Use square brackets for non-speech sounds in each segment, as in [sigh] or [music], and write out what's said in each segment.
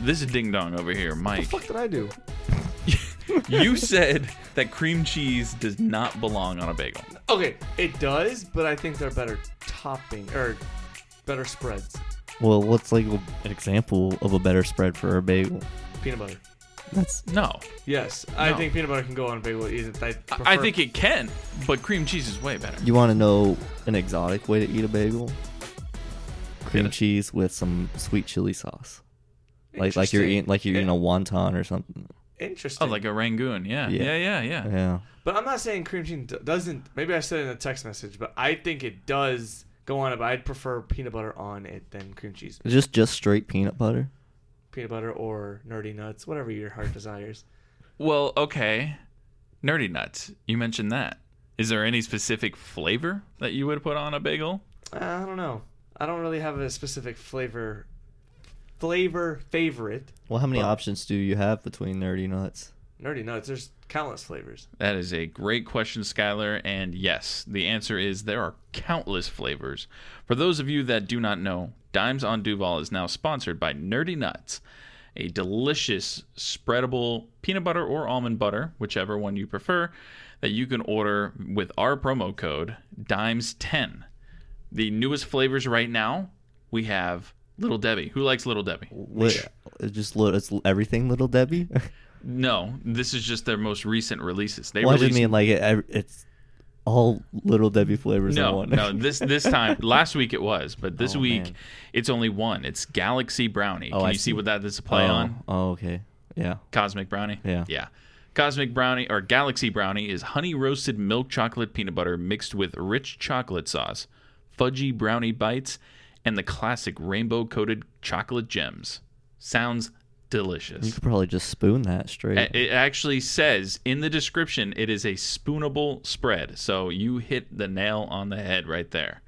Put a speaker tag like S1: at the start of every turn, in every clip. S1: this ding dong over here, Mike.
S2: What did I do?
S1: you said that cream cheese does not belong on a bagel.
S2: Okay, it does, but I think they're better topping or better spreads.
S3: Well, what's like an example of a better spread for a bagel?
S2: Peanut butter.
S3: That's
S1: No,
S2: Yes, I
S1: No.
S2: think peanut butter can go on a bagel. easy. I, prefer,
S1: I I think it can, but cream cheese is way better.
S3: you want to know an exotic way to eat a bagel? Cream
S1: Yes.
S3: cheese with some sweet chili sauce, like like you're
S2: Interesting.
S3: eating like you're eating a
S2: Yeah.
S3: wonton or something.
S2: Interesting.
S1: Oh, like a Rangoon. Yeah,
S3: Yeah.
S1: yeah, yeah, yeah.
S3: Yeah,
S2: But I'm not saying cream cheese d- doesn't. Maybe I said it in a text message, but I think it does go on it. But I'd prefer peanut butter on it than cream cheese.
S3: just just straight peanut butter.
S2: Peanut butter or nerdy nuts, whatever your heart desires.
S1: Well, okay. Nerdy nuts. You mentioned that. Is there any specific flavor that you would put on a bagel?
S2: Uh, I don't know. I don't really have a specific flavor flavor favorite.
S3: Well, how many
S2: Well-
S3: options do you have between nerdy nuts?
S2: Nerdy nuts. There's countless flavors.
S1: That is a great question, Skylar. And yes, the answer is there are countless flavors. For those of you that do not know, Dimes on Duval is now sponsored by Nerdy Nuts, a delicious spreadable peanut butter or almond butter, whichever one you prefer, that you can order with our promo code DIMES10. The newest flavors right now, we have Little Debbie. Who likes Little Debbie?
S3: Li- it's just li- it's everything, little Debbie.
S1: No, this is just their most recent releases. They
S3: well, I just
S1: released
S3: mean like [laughs] it, ev- it's all little Debbie flavors in
S1: No,
S3: one.
S1: no. This this
S3: [laughs]
S1: time, last week it was, but this
S3: Oh,
S1: week
S3: man. Oh,
S1: it's only one. It's Galaxy Brownie. Can
S3: I
S1: you see.
S3: see.
S1: what that is a play
S3: [laughs] oh,
S1: on?
S3: Oh, okay. Yeah.
S1: Cosmic Brownie.
S3: Yeah.
S1: Yeah. Cosmic Brownie or Galaxy Brownie is honey roasted milk chocolate peanut butter mixed with rich chocolate sauce, fudgy brownie bites, and the classic rainbow coated chocolate gems. Sounds delicious.
S3: You could probably just spoon that straight.
S1: A- It actually says in the description it is a spoonable spread. So you hit the nail on the head right there.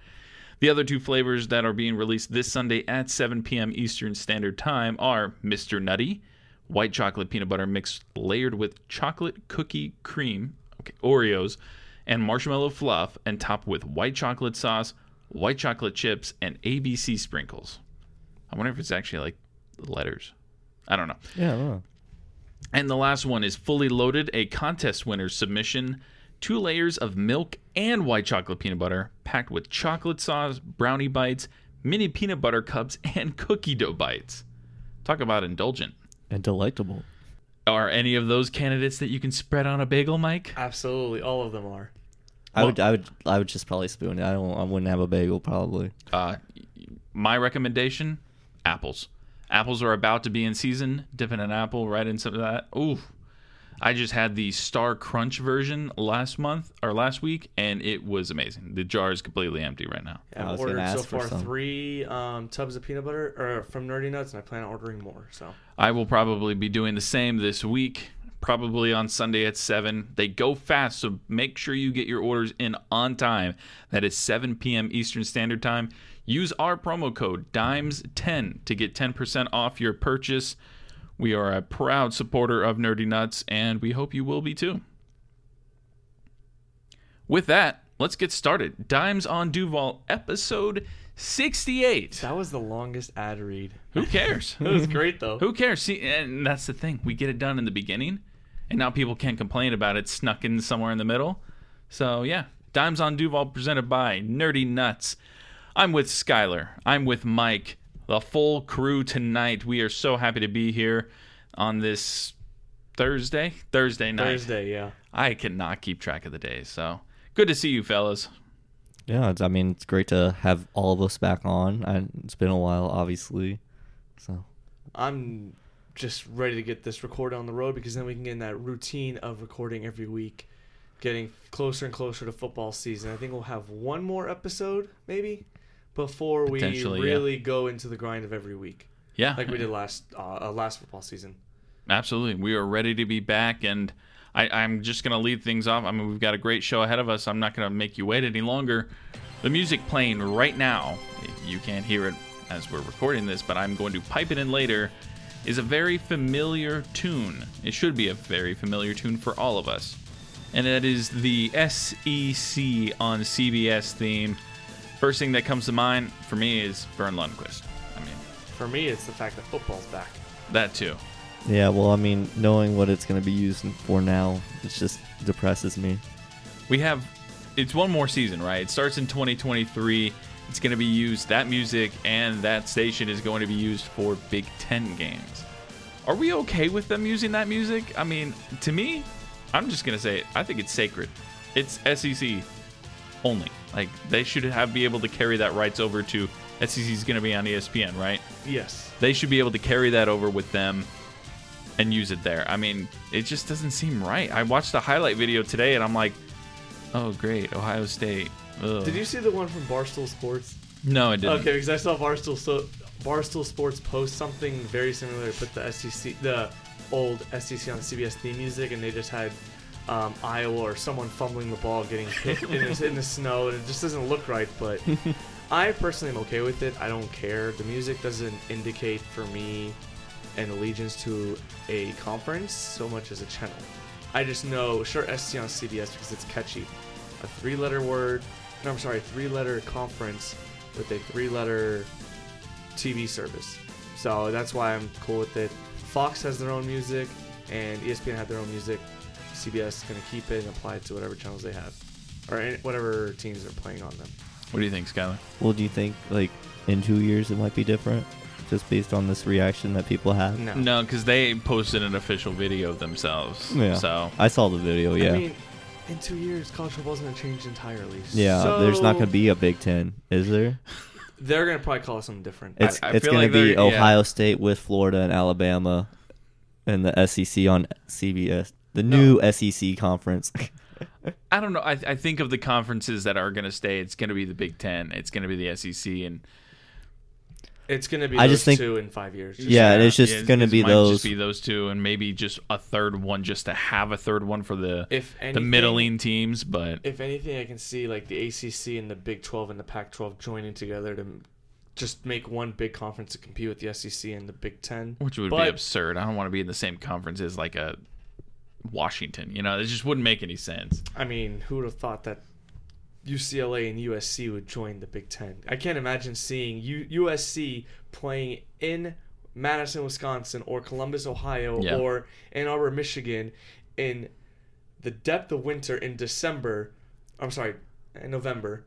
S1: The other two flavors that are being released this Sunday at 7 p.m. Eastern Standard Time are Mr. Nutty, white chocolate peanut butter mixed layered with chocolate cookie cream, okay, Oreos, and marshmallow fluff, and topped with white chocolate sauce, white chocolate chips, and ABC sprinkles. I wonder if it's actually like the letters. I don't know.
S3: yeah. I don't know.
S1: And the last one is Fully Loaded, a contest winner's submission. Two layers of milk and white chocolate peanut butter, packed with chocolate sauce, brownie bites, mini peanut butter cups, and cookie dough bites. Talk about indulgent.
S3: And delectable.
S1: Are any of those candidates that you can spread on a bagel, Mike?
S2: Absolutely, all of them are.
S3: I would, I would, I would just probably spoon it. I don't, I wouldn't have a bagel probably.
S1: Uh, my recommendation apples. Apples are about to be in season. Dipping an apple right in some of that. Ooh. I just had the Star Crunch version last month or last week, and it was amazing. The jar is completely empty right now.
S3: I was
S2: I've
S3: gonna
S2: ordered so
S3: ask for
S2: far
S3: some.
S2: three um, tubs of peanut butter or from Nerdy Nuts, and I plan on ordering more. So
S1: I will probably be doing the same this week, probably on Sunday at 7. They go fast, so make sure you get your orders in on time. That is 7 p.m. Eastern Standard Time. Use our promo code DIMES10 to get 10% off your purchase. We are a proud supporter of Nerdy Nuts, and we hope you will be too. With that, let's get started. Dimes on Duval, episode 68.
S2: that was the longest ad read.
S1: Who cares?
S2: It was great though.
S1: Who cares? See, and that's the thing. We get it done in the beginning, and now people can't complain about it snuck in somewhere in the middle. So yeah, Dimes on Duval presented by Nerdy Nuts. I'm with Skylar. I'm with Mike. The full crew tonight. We are so happy to be here on this Thursday. Thursday night.
S2: Thursday, yeah.
S1: I cannot keep track of the days. So good to see you, fellas.
S3: Yeah, it's, I mean, it's great to have all of us back on. I, it's been a while, obviously. So
S2: I'm just ready to get this recorded on the road because then we can get in that routine of recording every week, getting closer and closer to football season. I think we'll have one more episode maybe before we
S1: Potentially, yeah.
S2: really go into the grind of every week,
S1: Yeah.
S2: like we did last uh, uh, last football season.
S1: Absolutely. We are ready to be back. And I, I'm just going to lead things off. I mean, we've got a great show ahead of us. I'm not going to make you wait any longer. The music playing right now, you can't hear it as we're recording this, but I'm going to pipe it in later, is a very familiar tune. It should be a very familiar tune for all of us. And that is the SEC on CBS theme. First thing that comes to mind for me is Vern Lundquist. I mean,
S2: For me, it's the fact that football's back.
S1: That too.
S3: Yeah, well, I mean, knowing what it's going to be used for now, it just depresses me.
S1: We have it's one more season, right? It starts in 2023. It's going to be used that music and that station is going to be used for Big 10 games. Are we okay with them using that music? I mean, to me, I'm just going to say it. I think it's sacred. It's SEC only. Like they should have be able to carry that rights over to SEC's going to be on E ESPN, right?
S2: Yes.
S1: they should be able to carry that over with them and use it there. I mean, it just doesn't seem right. I watched the highlight video today and I'm like, oh great, Ohio State. Ugh.
S2: Did you see the one from Barstool Sports?
S1: No, I didn't.
S2: Okay, because I saw Barstool so Barstool Sports post something very similar. They put the SEC, the old SEC on CBS theme music, and they just had um, Iowa or someone fumbling the ball, getting hit in, the, in the snow, and it just doesn't look right. But I personally am okay with it. I don't care. The music doesn't indicate for me an allegiance to a conference so much as a channel. I just know, sure, SC on CBS because it's catchy. A three letter word, no, I'm sorry, three letter conference with a three letter TV service. So that's why I'm cool with it. Fox has their own music, and E ESPN had their own music. CBS is going to keep it and apply it to whatever channels they have, or any- whatever teams are playing on them.
S1: What do you think, Skylar?
S3: Well, do you think, like, in two years it might be different? Just based on this reaction that people have?
S2: No.
S1: No, because they posted an official video themselves.
S3: Yeah.
S1: So
S3: I saw the video, yeah.
S2: I mean, in two years, college football's going to change entirely.
S3: yeah, there's not going
S2: So,
S3: to be a Big Ten, is there?
S2: They're going to probably call it something different.
S3: It's,
S1: I
S3: it's
S1: feel
S3: going
S1: like
S3: to be
S1: they're- yeah.
S3: Ohio State with Florida and Alabama and the SEC on CBS, the new SEC conference. [laughs]
S1: I don't know. I, I think of the conferences that are going to stay. It's going to be the Big Ten. It's going to be the SEC, and
S2: It's going to be
S3: I
S2: those
S3: just think-
S2: two in five years. Just-
S3: Yeah, and it's just
S1: it-
S3: gonna
S1: it
S3: be
S1: might just
S3: those-
S1: be those two, and maybe just a third one, just to have a third one for the
S2: If
S1: the e-
S2: anything-
S1: middling teams. But
S2: If anything, I can see like the ACC and the Big 12 and the Pac 12 joining together to m- just make one big conference to compete with the SEC and the Big 10.
S1: which would be
S2: But-
S1: absurd. I don't want to be in the same conference as like a Washington. You know, it just wouldn't make any sense.
S2: I mean, who would have thought that UCLA and USC would join the Big Ten? I can't imagine seeing U- USC playing in Madison, Wisconsin, or Columbus, Ohio,
S1: Yeah.
S2: or Ann Arbor, Michigan, in the depth of winter in December. I'm sorry, in November.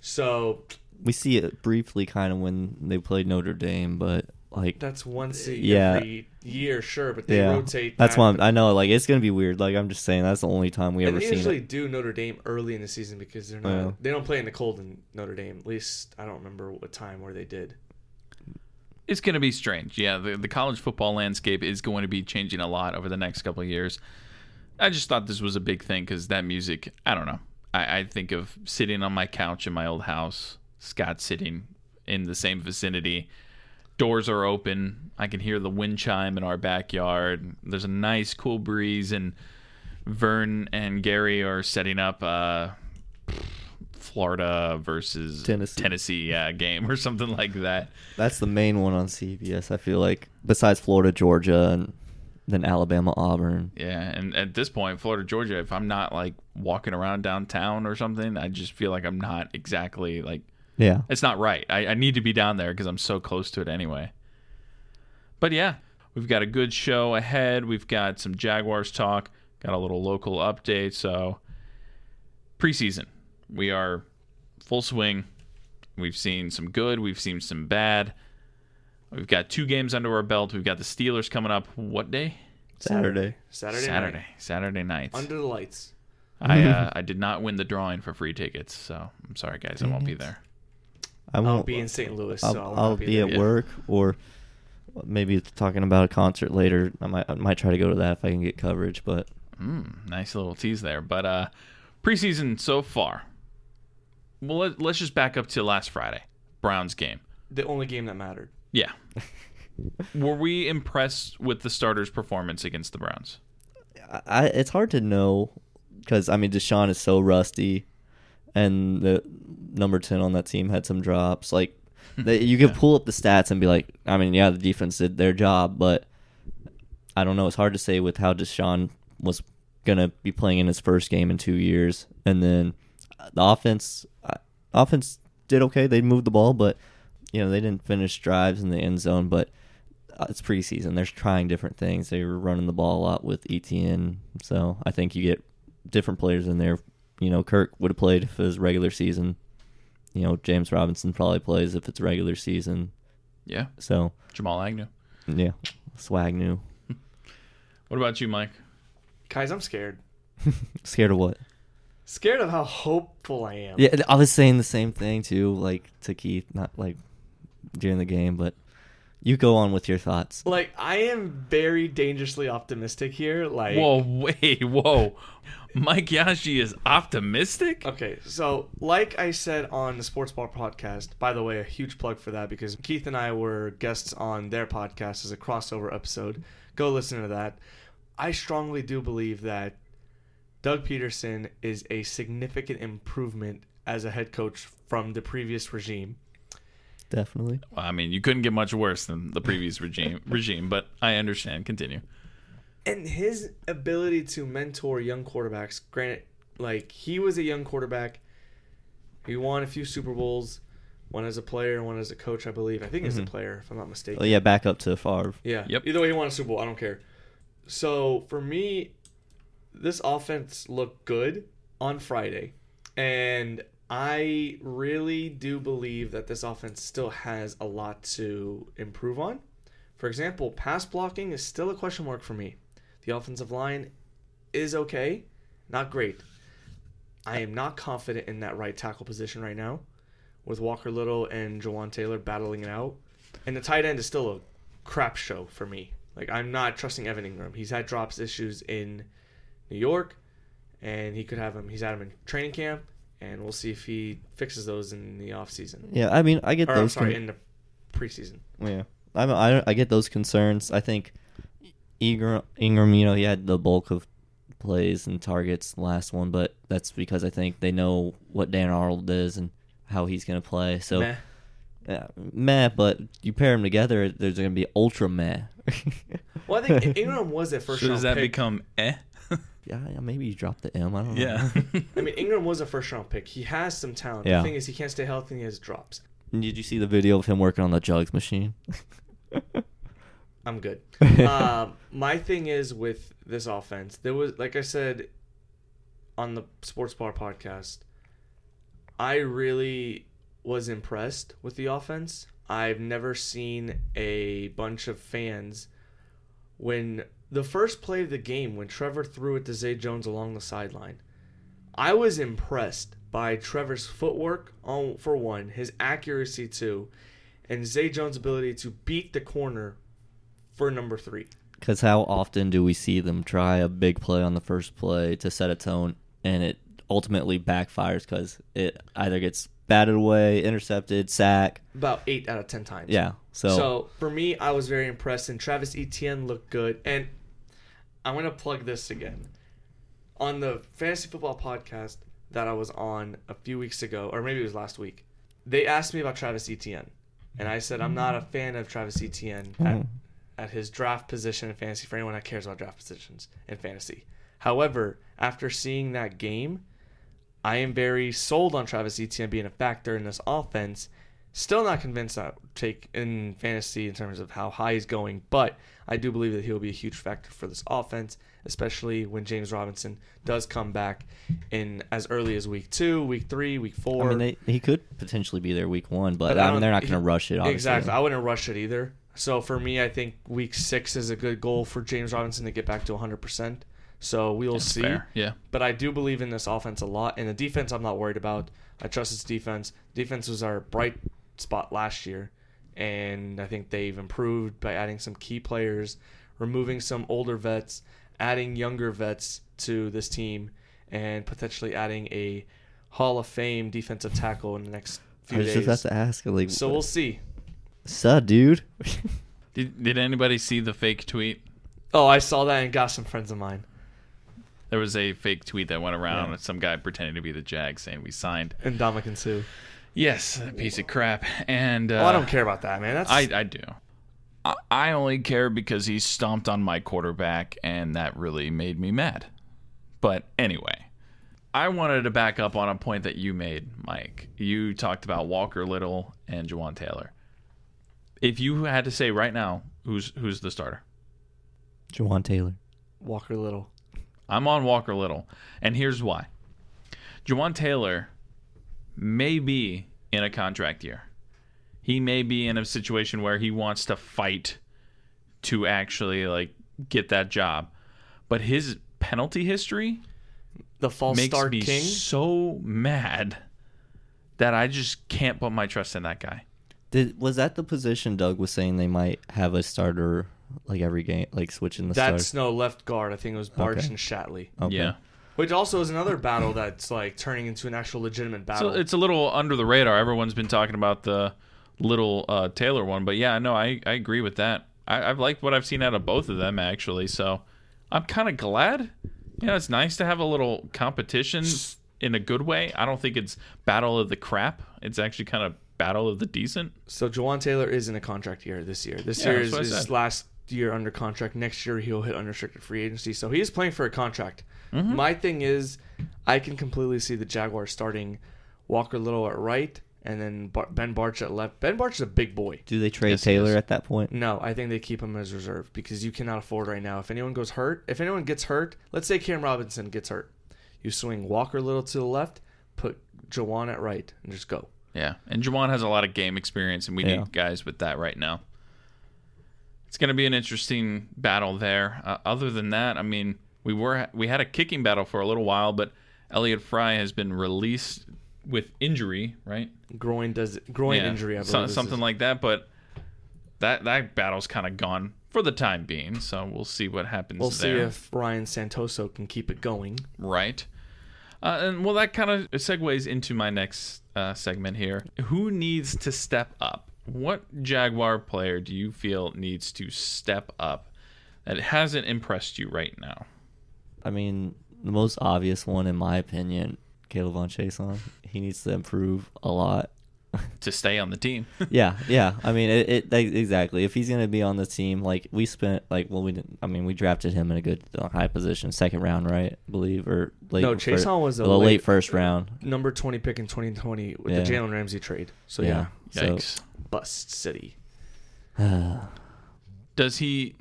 S2: So
S3: we see it briefly kind of when they played Notre Dame, but like
S2: that's one seed
S3: Yeah.
S2: every year, sure, but they
S3: yeah,
S2: rotate.
S3: that's
S2: back.
S3: why I'm- i know like it's gonna be weird. Like I'm just saying that's the only time we
S2: And
S3: ever
S2: they
S3: seen
S2: usually
S3: it.
S2: do Notre Dame early in the season because they're not
S3: Yeah.
S2: they don't play in the cold in Notre Dame. At least I don't remember what time where they did.
S1: It's going to be strange. Yeah, the, the college football landscape is going to be changing a lot over the next couple of years. I just thought this was a big thing because that music, I don't know. I, I think of sitting on my couch in my old house, Scott sitting in the same vicinity. Doors are open. I can hear the wind chime in our backyard. There's a nice, cool breeze, and Vern and Gary are setting up a Florida versus
S3: Tennessee.
S1: Tennessee uh, game or something like that.
S3: That's the main one on CBS. I feel like besides Florida, Georgia, and then Alabama, Auburn.
S1: Yeah, and at this point, Florida, Georgia, if I'm not like walking around downtown or something, I just feel like I'm not exactly like
S3: Yeah,
S1: it's not right. I, I need to be down there because I'm so close to it anyway. But yeah, we've got a good show ahead. We've got some Jaguars talk, got a little local update. So preseason, we are full swing. We've seen some good, we've seen some bad. We've got two games under our belt. We've got the Steelers coming up. What day?
S3: Saturday.
S2: Saturday.
S1: Saturday.
S2: Night,
S1: Saturday night.
S2: under the lights.
S1: I uh, I did not win the drawing for free tickets, so I'm sorry guys, I won't be there.
S3: I
S2: I'll
S3: won't-
S2: be in St. Louis, so
S3: I'll,
S2: I'll,
S3: I'll,
S2: not
S3: be,
S2: there.
S3: at
S1: yeah.
S3: work or maybe it's talking about a concert later. I might I might try to go to that if I can get coverage, but
S1: Mm, nice little tease there, but uh, preseason so far. Well, let, let's just back up to last Friday, Browns game.
S2: The only game that mattered.
S1: Yeah, were we impressed with the starters' performance against the Browns?
S3: I, I it's hard to know because I mean Deshaun is so rusty, and the number ten on that team had some drops. Like they, you can pull up the stats and be like, I mean, yeah, the defense did their job, but I don't know. It's hard to say with how Deshaun was gonna be playing in his first game in two years, and then uh, the offense uh, offense did okay. They moved the ball, but you know they didn't finish drives in the end zone, but uh, it's preseason. They're trying different things. They were running the ball a lot with ETN, so I think you get different players in there. You know, Kirk would have played if it was regular season. You know, James Robinson probably plays if it's regular season.
S1: Yeah,
S3: So
S1: Jamal Agnew.
S3: yeah, swag new.
S1: What about you, Mike?
S2: Guys, I'm scared.
S3: Scared of what?
S2: Scared of how hopeful I am.
S3: Yeah, I was saying the same thing too, like to Keith, not like during the game, but you go on with your thoughts.
S2: Like I am very dangerously optimistic here. Like
S1: Whoa, wait, whoa. Mike Yashi is optimistic?
S2: Okay, so like I said on the Sports Bar podcast, by the way, a huge plug for that because Keith and I were guests on their podcast as a crossover episode. Go listen to that. I strongly do believe that Doug Peterson is a significant improvement as a head coach from the previous regime.
S3: Definitely.
S1: I mean, you couldn't get much worse than the previous regime, regime, but I understand. Continue.
S2: and his ability to mentor young quarterbacks granted like he was a young quarterback he won a few super bowls one as a player one as a coach i believe i think as a player if i'm not mistaken
S3: Oh yeah, back up to Favre.
S2: yeah
S1: Yep.
S2: either way he won a super bowl i don't care so for me this offense looked good on friday and i really do believe that this offense still has a lot to improve on for example, pass blocking is still a question mark for me. The offensive line is okay, not great. I am not confident in that right tackle position right now, with Walker Little and Jawan Taylor battling it out. And the tight end is still a crap show for me. Like I'm not trusting Evan Ingram. He's had drops issues in New York, and he could have him. He's had him in training camp, and we'll see if he fixes those in the offseason.
S3: Yeah, I mean, I get
S2: Or I'm
S3: those.
S2: sorry,
S3: con-
S2: in the preseason.
S3: yeah, I'm, I don't- I get those concerns. I think Ingram, Ingram, you know, he had the bulk of plays and targets the last one, but that's because I think they know what Dan Arnold is and how he's gonna play. So
S2: Meh.
S3: yeah, meh, but you pair them together, there's gonna be ultra meh. [laughs]
S2: Well, I think Ingram was a first
S1: So
S2: round
S1: does that
S2: pick.
S1: become eh? [laughs]
S3: yeah, yeah, maybe you drop the M. I don't know.
S1: yeah.
S2: I mean, Ingram was a first round pick. He has some talent.
S3: Yeah.
S2: The thing is, he can't stay healthy and he has drops.
S3: And Did you see the video of him working on the jugs machine?
S2: I'm good. um, my thing is with this offense, there was, like I said on the Sports Bar podcast, I really was impressed with the offense. I've never seen a bunch of fans when the first play of the game, when Trevor threw it to Zay Jones along the sideline, I was impressed by Trevor's footwork on for one, his accuracy too, and Zay Jones' ability to beat the corner for number three.
S3: Because how often do we see them try a big play on the first play to set a tone, and it ultimately backfires because it either gets batted away, intercepted, sack.
S2: About eight out of ten times.
S3: Yeah. So,
S2: So, for me, I was very impressed, and Travis Etienne looked good. And I'm gonna plug this again on the fantasy football podcast that I was on a few weeks ago, or maybe it was last week. They asked me about Travis Etienne, and I said I'm not a fan of Travis Etienne
S3: Mm-hmm.
S2: at, at his draft position in fantasy. For anyone that cares about draft positions in fantasy, however, after seeing that game, I am very sold on Travis Etienne being a factor in this offense. Still not convinced I would take in fantasy in terms of how high he's going, but I do believe that he'll be a huge factor for this offense, especially when James Robinson does come back in as early as week two, week three, week
S3: I
S2: four.
S3: mean, they, he could potentially be there week one, but,
S2: But I
S3: I
S2: don't-
S3: mean, they're not going to
S2: he-
S3: rush it. Obviously.
S2: exactly. I wouldn't rush it either. So for me, I think week six is a good goal for James Robinson to get back to 100%. So we will see.
S1: Fair. Yeah.
S2: But I do believe in this offense a lot, and the defense I'm not worried about. I trust its defense. Defense was our bright spot last year, and I think they've improved by adding some key players, removing some older vets, adding younger vets to this team, and potentially adding a Hall of Fame defensive tackle in the next
S3: I
S2: few
S3: was just
S2: days.
S3: have to ask, like,
S2: So
S3: [laughs]
S2: we'll see. [laughs]
S3: "Suh, dude.
S1: Did, did anybody see the fake tweet?
S2: Oh, I saw that and got some friends of mine,
S1: There was a fake tweet that went around with some guy pretending to be the Jag saying we signed.
S2: and Dominic and Sue.
S1: Yes, a piece of crap. And uh,
S2: Oh, I don't care about that, man. That's
S1: I, I do. I, I only care because he stomped on my quarterback, and that really made me mad. But anyway, I wanted to back up on a point that you made, Mike. You talked about Walker Little and Jawan Taylor. If you had to say right now Who's who's the starter?
S3: Jawan Taylor.
S2: Walker Little.
S1: I'm on Walker Little, and here's why. Jawan Taylor may be in a contract year. He may be in a situation where he wants to fight to actually like get that job. But his penalty history
S2: The false
S1: makes
S2: start
S1: me
S2: king.
S1: so mad that I just can't put my trust in that guy.
S3: Did was that the position Doug was saying they might have a starter like every game, like switching the
S2: That's
S3: starter?
S2: no left guard. I think it was Barch
S3: Okay. Oh.
S2: and Shatley.
S3: Okay.
S1: Yeah.
S2: Which also is another battle that's like turning into an actual legitimate
S1: So
S2: battle.
S1: it's a little under the radar. Everyone's been talking about the little uh, Taylor one, but yeah, no, I, I agree with that. I, I've liked what I've seen out of both of them actually, so I'm kind of glad. You know, it's nice to have a little competition in a good way. I don't think it's battle of the crap. It's actually kind of battle of the decent.
S2: So Jawan Taylor is in a contract year this year. This
S1: Yeah,
S2: year
S1: that's
S2: is
S1: what I
S2: is
S1: said.
S2: his last year under contract. Next year he'll hit unrestricted free agency. So he is playing for a contract. My thing is, I can completely see the Jaguars starting Walker Little at right and then Bar- Ben Barch at left. Ben Barch is a big boy.
S3: Do they trade
S1: Yes, he is.
S3: Taylor at that point?
S2: No, I think they keep him as reserve because you cannot afford right now. If anyone goes hurt, if anyone gets hurt, let's say Cam Robinson gets hurt, you swing Walker Little to the left, put Jawan at right, and just go.
S1: Yeah, and Juwan has a lot of game experience, and we
S3: Yeah.
S1: need guys with that right now. It's going to be an interesting battle there. Uh, other than that, I mean, we were we had a kicking battle for a little while, but Elliot Fry has been released with injury, right?
S2: Groin does groin
S1: Yeah,
S2: injury, I believe.
S1: so-
S2: this
S1: something
S2: is.
S1: like that. But that that battle's kind of gone for the time being. So we'll see what happens.
S2: We'll
S1: there.
S2: see if Ryan Santoso can keep it going.
S1: Right. Uh, and well, that kind of segues into my next uh, segment here. Who needs to step up? What Jaguar player do you feel needs to step up that hasn't impressed you right now?
S3: I mean, the most obvious one in my opinion, Caleb Von Chason. He needs to improve a lot.
S1: To stay on the team. [laughs]
S3: yeah, yeah. I mean, it, it like, exactly. If he's gonna be on the team, like we spent, like well, we didn't. I mean, we drafted him in a good uh, high position, second round, right? I believe or late.
S2: No,
S3: fir-
S2: Chason was a
S3: well,
S2: late-
S3: late first round.
S2: Number 20 pick in 2020 with the
S3: Yeah.
S2: Jalen Ramsey trade. So, yeah.
S3: Yeah. So-
S1: Yikes.
S2: Bust City.
S1: Does he?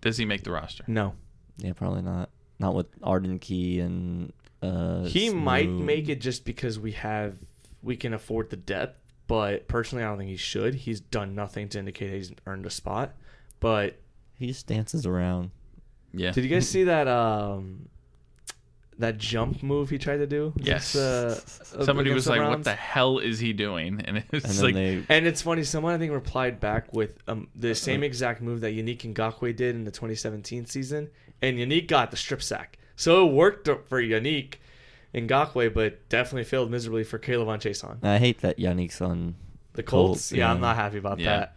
S1: Does he make the roster?
S2: No.
S3: [sighs] yeah, probably not. Not with Arden Key and uh,
S2: He might
S3: Smoot.
S2: make it just because we have, we can afford the depth, but personally, I don't think he should. He's done nothing to indicate he's earned a spot. But
S3: He just dances around.
S1: Yeah.
S2: did you guys see that, um, that jump move he tried to do?
S1: Yes.
S2: against, uh,
S1: Somebody
S2: against
S1: was
S2: the
S1: like, "What
S2: Browns?
S1: the hell is he doing?" And
S3: And
S1: it's
S3: then
S1: like,
S3: they
S2: And it's funny, someone I think replied back with um,
S1: Uh-huh.
S2: the same exact move that Unique Ngakwe did in the 2017 season, and Unique got the strip sack. So it worked for Unique Ngakwe, but definitely failed miserably for Caleb on Chason.
S3: I hate that Yannick's on
S2: The Colts,
S3: Colts,
S2: yeah, I'm
S3: yeah.
S2: not happy about
S1: Yeah.
S2: that.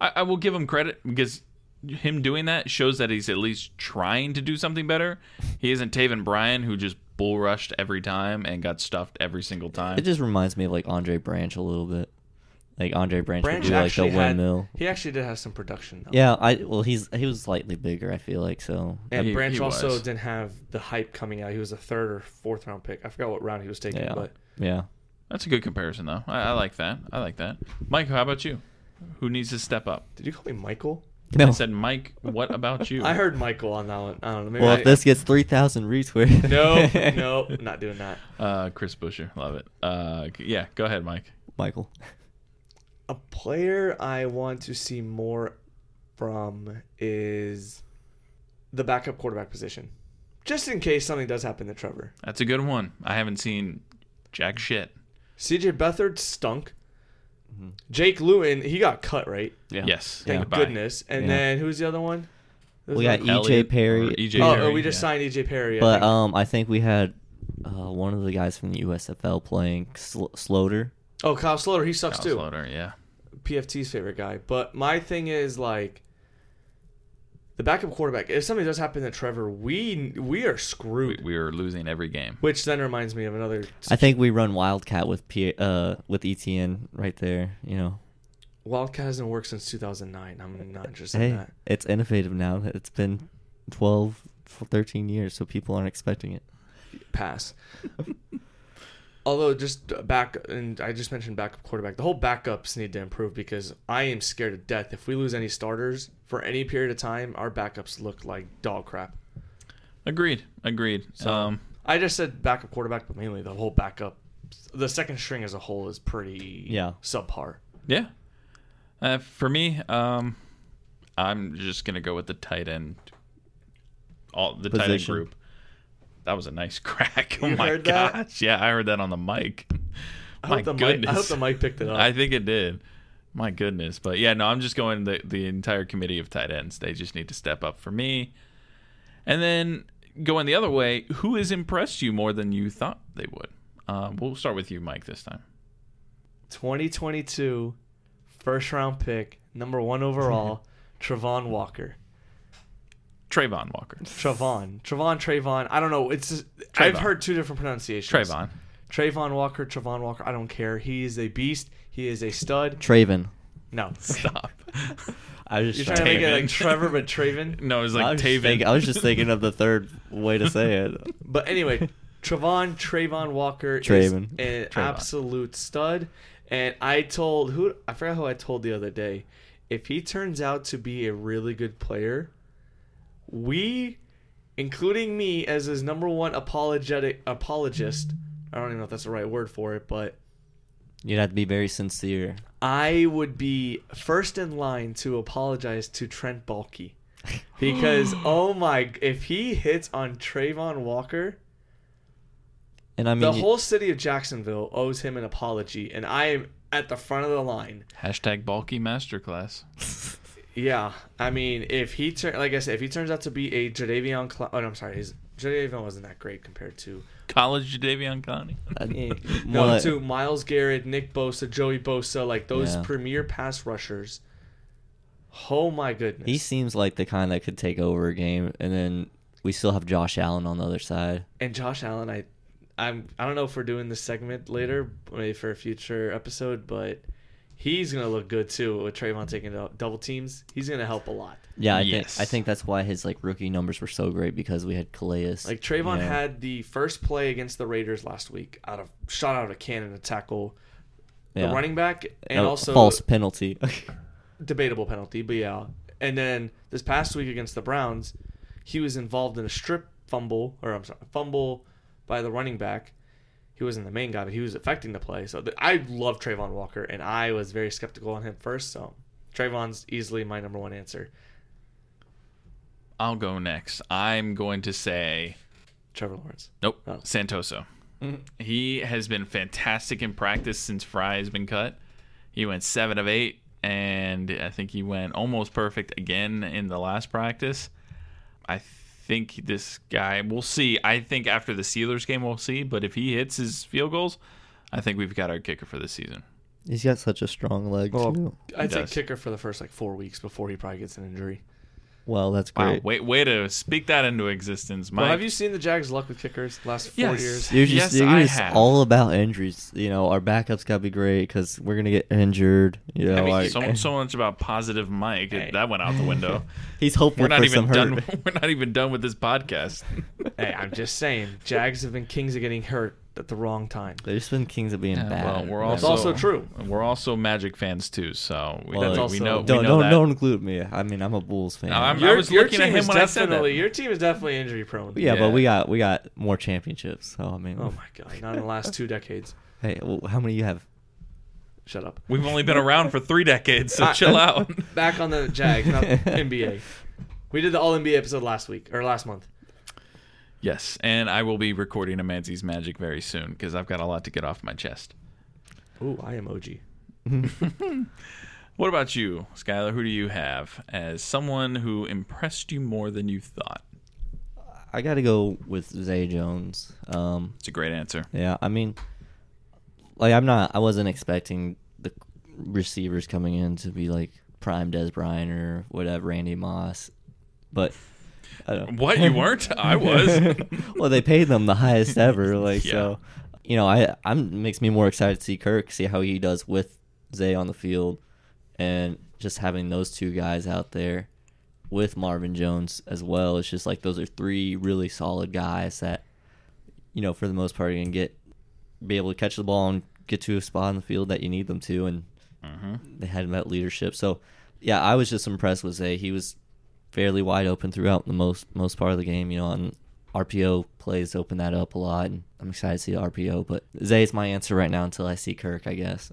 S1: I, I will give him credit because him doing that shows that he's at least trying to do something better. He isn't Taven Bryan who just bull rushed every time and got stuffed every single time.
S3: It just reminds me of like Andre Branch a little bit. Like Andre Branch,
S2: Branch
S3: would do like the
S2: actually had,
S3: windmill.
S2: he actually did have some production though.
S3: Yeah, I well he's he was slightly bigger, I feel like, so
S2: And
S1: He-
S2: Branch
S1: he
S2: also
S1: was.
S2: didn't have the hype coming out. He was a third or fourth round pick. I forgot what round he was taking,
S3: yeah.
S2: but
S3: Yeah.
S1: That's a good comparison though. I, I like that. I like that. Mike, how about you? Who needs to step up?
S2: did you call me Michael?
S1: I
S3: No.
S1: said, Mike, what about you?
S2: [laughs] I heard Michael on that one. I don't know. Maybe
S3: Well,
S2: I- [laughs]
S3: if this gets 3,000 retweets.
S2: No,
S3: [laughs]
S2: no, not doing that.
S1: uh, Chris Busher. Love it. Uh, yeah, go ahead, Mike.
S3: Michael.
S2: A player I want to see more from is the backup quarterback position. Just in case something does happen to Trevor.
S1: That's a good one. I haven't seen jack shit.
S2: CJ Beathard stunk.
S3: Mm-hmm.
S2: Jake Lewin, he got cut, right?
S3: Yeah.
S1: Yes.
S2: Thank
S1: Goodbye.
S2: goodness. And
S3: Yeah.
S2: then who's the other one? There's
S3: We got
S2: another-
S3: EJ
S1: Elliott
S3: Perry. E
S1: or EJ
S2: Oh,
S1: Perry.
S2: oh, we just
S1: yeah.
S2: signed EJ Perry. I
S3: But
S2: think.
S3: um I think we had uh, one of the guys from the USFL playing Sl- Sloter.
S2: oh, Kyle Sloter, he sucks
S1: Kyle
S2: too.
S1: Sloter, yeah.
S2: PFT's favorite guy. But my thing is like the backup quarterback. If something does happen to Trevor, we we are
S1: We,
S2: screwed.
S1: we were losing every game.
S2: Which then reminds me of another.
S3: I think we run Wildcat with P- uh with ETN right there, you know.
S2: Wildcat hasn't worked since 2009. I'm not interested in
S3: Hey,
S2: that.
S3: it's innovative now. It's been 12 13 years, so people aren't expecting it.
S2: Pass. Although just back and I just mentioned backup quarterback, the whole backups need to improve because I am scared to death if we lose any starters for any period of time, our backups look like dog crap.
S1: Agreed. Agreed. um,
S2: I just said backup quarterback, but mainly the whole backup, the second string as a whole is pretty
S3: Yeah.
S2: subpar.
S1: yeah. Uh, for me, um, I'm just gonna go with the tight end. All the tight end
S3: Position.
S1: group. That was a nice [laughs] crack. Oh
S2: You
S1: my
S2: heard
S1: gosh!
S2: that?
S1: Yeah, I heard that on the mic.
S2: I
S1: my
S2: hope the
S1: goodness.
S2: mic, I hope the mic picked it up.
S1: [laughs] I think it did. My goodness. But yeah, no, I'm just going the the entire committee of tight ends. They just need to step up for me. And then going the other way, who has impressed you more than you thought they would? Um, we'll start with you, Mike, this time.
S2: 2022 first round pick, number
S1: [laughs]
S2: one overall, Travon Walker.
S1: Trayvon Walker. [laughs]
S2: Travon, Travon, Trayvon. I don't know. It's just, I've
S1: Trayvon.
S2: heard two different pronunciations.
S1: Trayvon.
S2: Trayvon Walker, Travon Walker. I don't care. He is a beast. He is a stud.
S3: Traven.
S1: [laughs]
S2: No,
S1: Stop.
S3: [laughs] I was
S2: you're
S3: just
S2: trying to make it like
S1: Taven.
S2: Trevor, but
S1: [laughs]
S2: Traven.
S1: no, it's
S3: I,
S1: like
S3: was just
S1: Taven.
S3: thinking, I
S1: [laughs]
S3: was just thinking of the third way to say
S2: [laughs]
S3: it.
S2: But anyway, Travon, Trayvon Walker
S3: Traven.
S2: is an
S1: Trayvon.
S2: absolute stud. And I told who I forgot who I told the other day. If he turns out to be a really good player, we, including me as his number one apologetic apologist, I don't even know if that's the right word for it, but
S3: You'd have to be very sincere.
S2: I would be first in line to apologize to Trent Baalke because oh my, if he hits on Trayvon Walker,
S3: And I mean,
S2: the
S3: you-
S2: whole city of Jacksonville owes him an apology, and I am at the front of the line.
S1: Hashtag bulky masterclass.
S2: Yeah, I mean, if he turn like I said, if he turns out to be a Jadavion, Cl- oh no, I'm sorry, his Jadavion wasn't that great compared to
S1: College Jadavion Clowney.
S3: uh,
S2: eh,
S3: more
S2: no
S3: like-
S2: to Miles Garrett, Nick Bosa, Joey Bosa, like those
S3: Yeah.
S2: premier pass rushers. Oh my goodness,
S3: he seems like the kind that could take over a game, and then we still have Josh Allen on the other side.
S2: and Josh Allen, I, I'm I don't know if we're doing this segment later, maybe for a future episode, but he's gonna look good too with Trayvon taking dou- double teams. He's gonna help a lot.
S3: Yeah, I
S1: Yes.
S3: think I think that's why his like rookie numbers were so great because we had Calais.
S2: Like Trayvon
S3: Yeah.
S2: had the first play against the Raiders last week, out of shot out of a cannon to tackle the
S3: Yeah.
S2: running back, and
S3: A
S2: also
S3: false penalty. [laughs]
S2: debatable penalty, but yeah. And then this past week against the Browns, he was involved in a strip fumble, or I'm sorry, fumble by the running back. He wasn't the main guy, but he was affecting the play. So th- I love Trayvon Walker, and I was very skeptical on him first. So Trayvon's easily my number one answer.
S1: I'll go next. I'm going to say
S2: Trevor Lawrence.
S1: Nope.
S2: Oh.
S1: Santoso. He has been fantastic in practice since Fry has been cut. He went seven of eight, and I think he went almost perfect again in the last practice. I think this guy, we'll see. I think after the Steelers game, we'll see. But if he hits his field goals, I think we've got our kicker for the season.
S3: He's got such a strong leg too.
S2: I'd say
S1: does.
S2: kicker for the first like four weeks before he probably gets an injury.
S3: Well, that's
S1: Wow,
S3: great.
S1: wait, way to speak that into existence, Mike.
S2: Well, have you seen the Jags' luck with kickers last four
S1: Yes. [laughs]
S2: years?
S3: You're just,
S1: Yes,
S3: you're
S1: I
S3: just
S1: have.
S3: all about injuries. You know, our backups got to be great because we're gonna get injured. You know,
S2: I mean,
S3: like, eh. [laughs]
S1: so, so much about positive Mike.
S2: Hey.
S1: That went out the window.
S3: he's hopeful
S1: We're not
S3: for
S1: even
S3: some hurt.
S1: done. [laughs] We're not even done with this podcast.
S2: hey, I'm just saying, Jags have been kings of getting hurt at the wrong time.
S3: They've just been kings of being
S1: Yeah,
S3: bad.
S1: Well, we're
S2: That's
S1: also,
S2: also true.
S1: We're also Magic fans too, so we,
S3: Well,
S1: we,
S2: That's
S1: we
S2: also-
S1: know.
S3: don't
S1: we know
S3: don't
S1: that.
S3: don't include me. I mean, I'm a Bulls fan.
S1: No, I'm- I
S2: Your,
S1: was
S2: your
S1: looking at
S2: team
S1: him
S2: is
S1: when I said that.
S2: definitely your team is definitely injury prone.
S3: yeah,
S1: yeah.
S3: but we got we got more championships. So I mean,
S2: Oh my god, not in the last two decades.
S3: Hey, well, how many you have?
S2: Shut up.
S1: We've only been around for three decades, so
S2: Ah. [laughs]
S1: chill
S3: [laughs]
S1: out.
S2: Back on the Jags, not NBA. We did the All NBA episode last week or last month.
S1: yes, and I will be recording a Manzi's Magic very soon because I've got a lot to get off my chest.
S2: Ooh, I am OG.
S1: What about you, Skylar? Who do you have as someone who impressed you more than you thought?
S3: I got to go with Zay Jones. Um,
S1: It's a great answer.
S3: yeah, I mean, like I'm not. I wasn't expecting the receivers coming in to be like prime Des Bryant or whatever Randy Moss, but I don't.
S1: What
S3: [laughs]
S1: you weren't? I was. Mm-hmm.
S3: well, they paid them the
S1: [laughs]
S3: highest ever. Like
S1: Yeah.
S3: so, you know, I I'm makes me more excited to see Kirk, see how he does with Zay on the field, and just having those two guys out there with Marvin Jones as well. It's just like those are three really solid guys that, you know, for the most part, are gonna get be able to catch the ball and get to a spot in the field that you need them to, and
S1: hmm
S3: they had him at leadership. So, yeah, I was just impressed with Zay. He was fairly wide open throughout the most most part of the game. You know, and RPO plays open that up a lot, and I'm excited to see the RPO. But Zay is my answer right now until I see Kirk, I guess.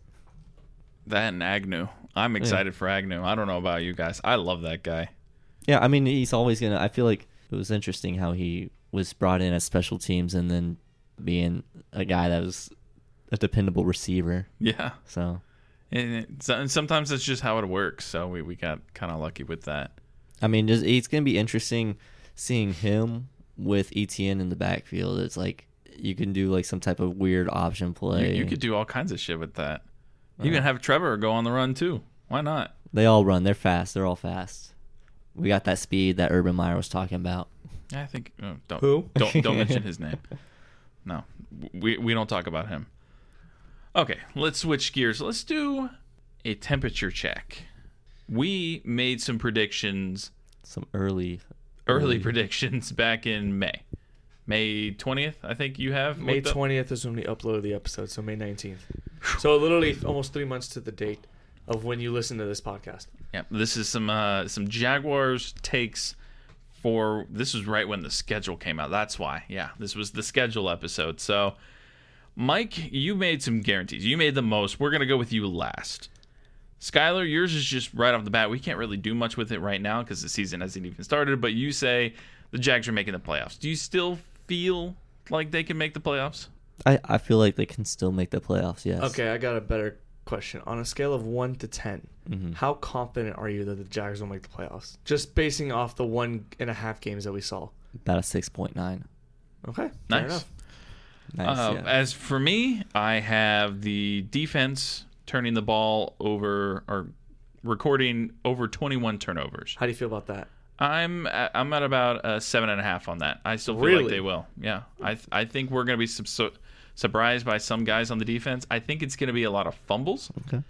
S1: That and Agnew. I'm excited for Agnew. I don't know about you guys. I love that guy.
S3: Yeah, I mean, he's always gonna. I feel like it was interesting how he was brought in as special teams and then being a guy that was a dependable receiver.
S1: Yeah.
S3: So,
S1: And, it, so- and sometimes that's just how it works. So we, we got kind of lucky with that.
S3: I mean, just it's gonna be interesting seeing him with ETN in the backfield. It's like you can do like some type of weird option
S1: You,
S3: play.
S1: you could do all kinds of shit with that.
S2: Uh-huh.
S1: You can have Trevor go on the run too. Why not?
S3: They all run. They're fast. They're all fast. We got that speed that Urban Meyer was talking about.
S1: I think oh, don't
S2: Who?
S1: don't don't mention
S2: [laughs]
S1: his name. No, we we don't talk about him. Okay, let's switch gears. Let's do a temperature check. We made some predictions,
S3: Some early,
S1: early predictions back in May, May twentieth. I think you have
S2: May
S1: looked up?
S2: twentieth is when we upload the episode, so May nineteenth. So literally almost three months to the date of when you listen to this podcast.
S1: Yeah, this is some uh, some Jaguars takes for this was right when the schedule came out. That's why. Yeah, this was the schedule episode. So, Mike, you made some guarantees. You made the most. We're gonna go with you last. Skylar, yours is just right off the bat. We can't really do much with it right now because the season hasn't even started. But you say the Jags are making the playoffs. Do you still feel like they can make the playoffs?
S3: I, I feel like they can still make the playoffs. Yes.
S2: Okay, I got a better question. On a scale of one to 10 how confident are you that the Jags will make the playoffs? Just basing off the one and a half games that we saw.
S3: About a six point nine.
S2: Okay, fair
S1: Nice.
S2: enough.
S3: Nice.
S1: Uh,
S3: yeah.
S1: As for me, I have the defense turning the ball over or recording over 21 turnovers.
S2: How do you feel about that?
S1: I'm at- I'm at about a seven and a half on that. I still feel like
S2: Really?
S1: they will. Yeah, I th- I think we're gonna be sub- su- surprised by some guys on the defense. I think it's gonna be a lot of fumbles.
S3: Okay.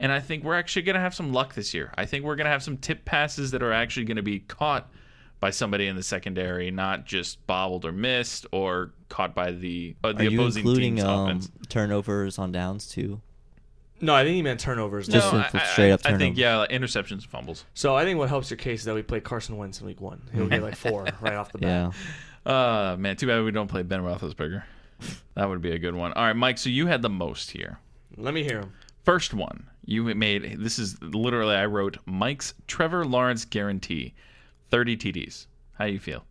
S1: And I think we're actually going to have some luck this year. I think we're going to have some tip passes that are actually going to be caught by somebody in the secondary, not just bobbled or missed or caught by the uh, the
S3: Are you
S1: opposing
S3: including
S1: team's
S3: um,
S1: offense.
S3: turnovers on downs too?
S2: No, I think you meant turnovers.
S3: Just
S2: no.
S3: in- straight up
S1: I think
S3: turnovers.
S1: yeah, like, interceptions and fumbles.
S2: So I think what helps your case is that we play Carson Wentz in week one. He'll get like four right off the bat.
S3: Yeah.
S1: Uh man, too bad we don't play Ben Roethlisberger. that would be a good one. All right, Mike. So you had the most here.
S2: Let me hear him.
S1: First one you made. This is literally I wrote Mike's Trevor Lawrence guarantee, thirty TDs. How you feel?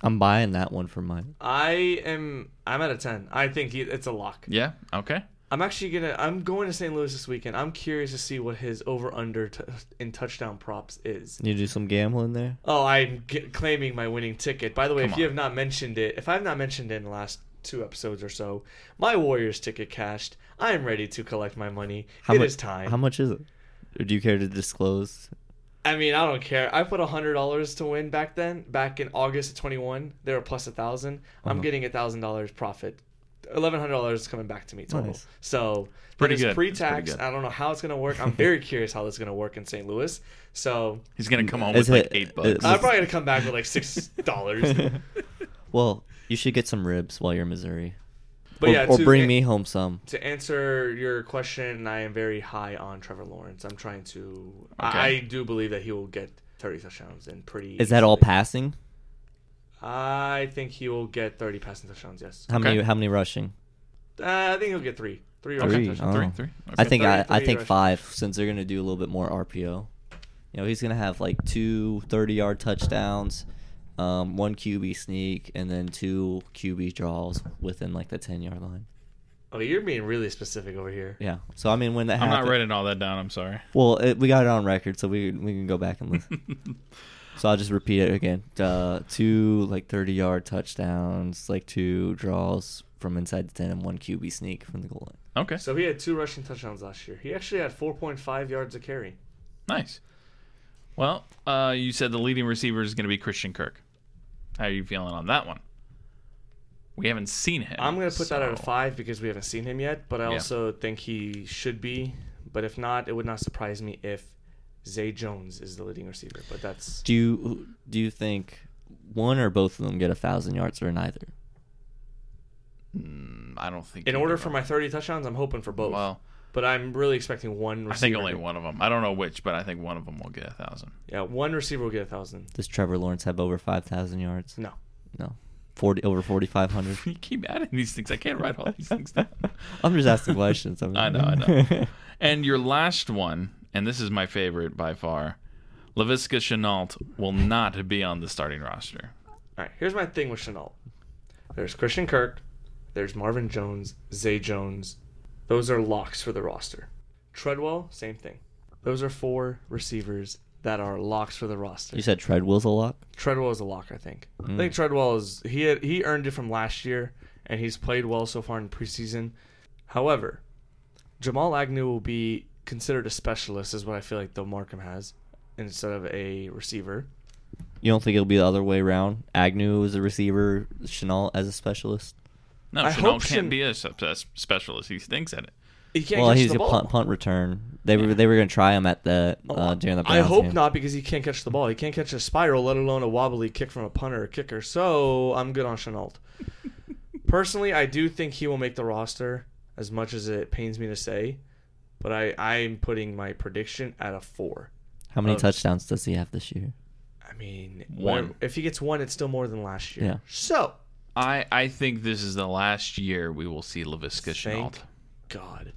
S3: I'm buying that one for mine.
S2: I am. I'm at a ten. I think he, it's a lock.
S1: Yeah. Okay.
S2: I'm actually gonna. I'm going to St. Louis this weekend. I'm curious to see what his over under t- in touchdown props is.
S3: You do some gambling there.
S2: Oh, I'm g- claiming my winning ticket. By the way,
S1: Come
S2: if you
S1: on.
S2: have not mentioned it, if I've not mentioned it in the last two episodes or so, my Warriors ticket cashed. I am ready to collect my money. It
S3: How
S2: is
S3: mu-
S2: time.
S3: How much is it? Or do you care to disclose?
S2: I mean, I don't care. I put hundred dollars to win back then. Back in August of twenty one, they were plus a 1000
S3: Uh-huh.
S2: I'm getting a thousand dollars profit. Eleven hundred dollars is coming back to me total.
S3: Nice.
S2: So
S1: Pretty
S2: it is
S1: good. It's pretty
S2: Pre-tax.
S1: good.
S2: I don't know how it's gonna work.
S3: [laughs]
S2: I'm very curious how this is gonna work in St. Louis. So
S1: He's gonna come home
S3: Is
S1: with like
S3: it-
S1: eight
S3: it-
S1: bucks.
S2: I'm probably gonna come back with like six
S3: [laughs]
S2: dollars.
S3: Well, you should get some ribs while you're in Missouri.
S2: But
S3: or,
S2: yeah, eh,
S3: or
S2: to
S3: bring
S2: an-
S3: me home some.
S2: to answer your question. I am very high on Trevor Lawrence. I'm trying to.
S1: Okay.
S2: I, I do believe that he will get thirty touchdowns and pretty.
S3: Is that all
S2: easily.
S3: passing?
S2: I think he will get thirty passing touchdowns. Yes.
S3: How
S1: Okay.
S3: many? How many rushing?
S2: Uh, I think he'll get three. Three or
S3: Three.
S2: three.
S3: Oh.
S1: Three, three.
S3: I
S1: Okay.
S3: think I, I
S2: 33
S3: think
S2: rushing.
S3: five since they're gonna do a little bit more RPO. You know, he's gonna have like two 30 yard touchdowns, um, one QB sneak, and then two QB draws within like the 10 yard line.
S2: Oh, you're being really specific over here.
S3: Yeah. So I mean, when that
S1: I'm
S3: happens,
S1: not writing all that down. I'm sorry.
S3: Well, it, we got it on record, so we we can go back and listen.
S1: [laughs]
S3: so I'll just repeat it again. Uh, two like thirty yard touchdowns, like two draws from inside the ten, and one QB sneak from the goal line.
S1: Okay,
S2: So he had two rushing touchdowns last year. He actually had 4.5 yards a carry.
S1: nice. Well, uh, you said the leading receiver is going to be Christian Kirk. How are you feeling on that one? We haven't seen him.
S2: I'm going to put that at a
S1: so-
S2: five because we haven't seen him yet, but I
S1: Yeah.
S2: also think he should be. But if not, it would not surprise me if Zay Jones is the leading receiver. But that's.
S3: Do you do you think one or both of them get a thousand yards or neither?
S1: Mm, I don't think
S2: In
S1: either
S2: order
S1: of
S2: for
S1: them.
S2: my 30 touchdowns, I'm hoping for both.
S1: Well,
S2: but I'm really expecting one receiver.
S1: I think only one of them. I don't know which, but I think one of them will get a thousand.
S2: Yeah, one receiver will get a 1,000.
S3: Does Trevor Lawrence have over five thousand yards?
S2: No.
S3: No, forty over forty five hundred.
S1: [laughs] [laughs] you keep adding these things. I can't write all these things down.
S3: I'm just asking questions.
S1: [laughs]
S3: I'm
S1: I know, I know. [laughs] And your last one, and this is my favorite by far, Lavisca Chenault will not be on the starting roster.
S2: All right, here's my thing with Chenault. There's Christian Kirk, there's Marvin Jones, Zay Jones. Those are locks for the roster. Treadwell, same thing. Those are four receivers that are locks for the roster.
S3: [laughs] you said Treadwell's a lock.
S2: Treadwell is a lock, I think. I
S3: Mm.
S2: think Treadwell is he had, he earned it from last year, and he's played well so far in preseason. However, Jamal Agnew will be considered a specialist, is what I feel like though Markham has, instead of a receiver.
S3: You don't think it'll be the other way around? Agnew is a receiver, Chenault as a specialist.
S1: No,
S2: I
S1: Chenault
S2: hope
S1: can't
S2: Chan-
S1: be a success specialist. He stinks at it.
S2: He can't
S3: well,
S2: catch
S3: he's
S2: the
S3: a
S2: ball. Oh,
S3: punt, punt return. They were they were going to try him at the uh, during the.
S2: I
S3: Browns
S2: hope
S3: game.
S2: not because he can't catch the ball. He can't catch a spiral, let alone a wobbly kick from a punter or kicker. So I'm good
S1: [laughs]
S2: on Chenault. Personally, I do think he will make the roster, as much as it pains me to say, but I I'm putting my prediction at a four.
S3: How many
S2: Oh.
S3: touchdowns does he have this year?
S2: I mean,
S1: One.
S2: If he gets one, it's still more than last year.
S3: Yeah.
S2: So,
S1: I, I think this is the last year we will see Lavisca Chenault.
S2: thank God.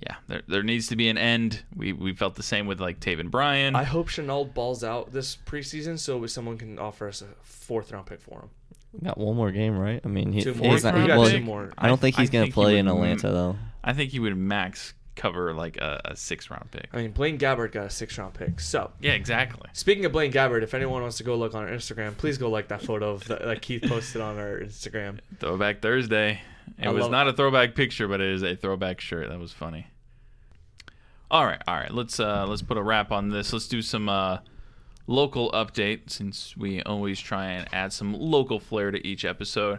S1: Yeah, there, there needs to be an end. We we felt the same with like Taven Bryan.
S2: I hope Chenault balls out this preseason so someone can offer us a fourth round pick for him.
S3: We got one more game, right? I mean, he,
S2: Two more.
S3: he's not.
S1: We
S3: He,
S1: got
S3: well,
S1: two
S2: more.
S3: I don't think
S1: I- I
S3: he's going
S1: think
S3: to
S1: he
S3: play
S1: would
S3: in
S1: m-
S3: Atlanta though.
S1: I think he would max cover like a, a six round pick.
S2: I mean, Blaine Gabbert got a six round pick. So,
S1: Yeah, exactly.
S2: Speaking of Blaine Gabbert, if anyone wants to go look on our Instagram, please go like that photo of the, that Keith posted on our Instagram.
S1: Throwback Thursday. It
S2: I
S1: was
S2: love-
S1: not a throwback picture, but it is a throwback shirt. That was funny. All right, all right. Let's uh let's put a wrap on this. Let's do some uh local update since we always try and add some local flair to each episode.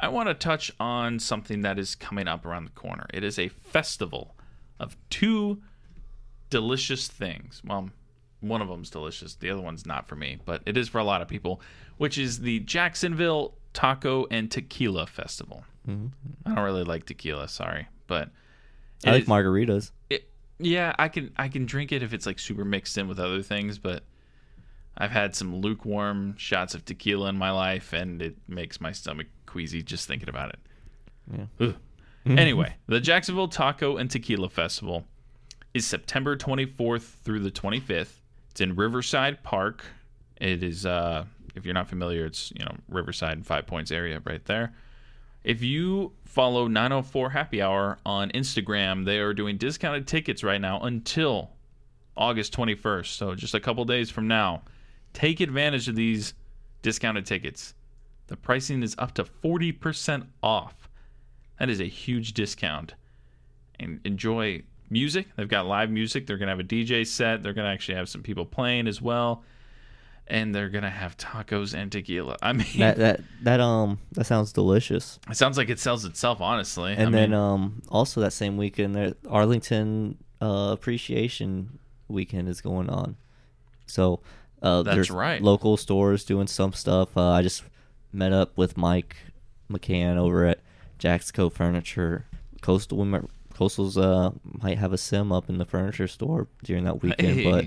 S1: I want to touch on something that is coming up around the corner. It is a festival of two delicious things. Well, one of them's delicious, the other one's not for me, but it is for a lot of people, which is the Jacksonville Taco and Tequila Festival.
S3: Mm-hmm.
S1: I don't really like tequila, sorry, but
S3: I
S1: it
S3: like
S1: is-
S3: margaritas.
S1: it, yeah, I can I can drink it if it's like super mixed in with other things, but I've had some lukewarm shots of tequila in my life, and it makes my stomach queasy just thinking about it. Ugh. anyway, the Jacksonville Taco and Tequila Festival is September 24th through the 25th. It's in Riverside Park. It is, uh, if you're not familiar, it's you know Riverside and Five Points area right there. If you follow 904 Happy Hour on Instagram, they are doing discounted tickets right now until August 21st. So just a couple days from now, take advantage of these discounted tickets. The pricing is up to 40% off. That is a huge discount. And enjoy music. They've got live music. They're going to have a DJ set. They're going to actually have some people playing as well. And they're going to have tacos and tequila. I mean,
S3: That that that um that sounds delicious.
S1: it sounds like it sells itself, honestly.
S3: And
S1: I
S3: then
S1: mean,
S3: um also that same weekend there Arlington uh, appreciation weekend is going on. So uh
S1: That's
S3: there's
S1: right.
S3: local stores doing some stuff. Uh, I just met up with Mike McCann over at Jack's Co Furniture. Coastal we might- Coastal's uh might have a sim up in the furniture store during that weekend,
S1: Hey.
S3: but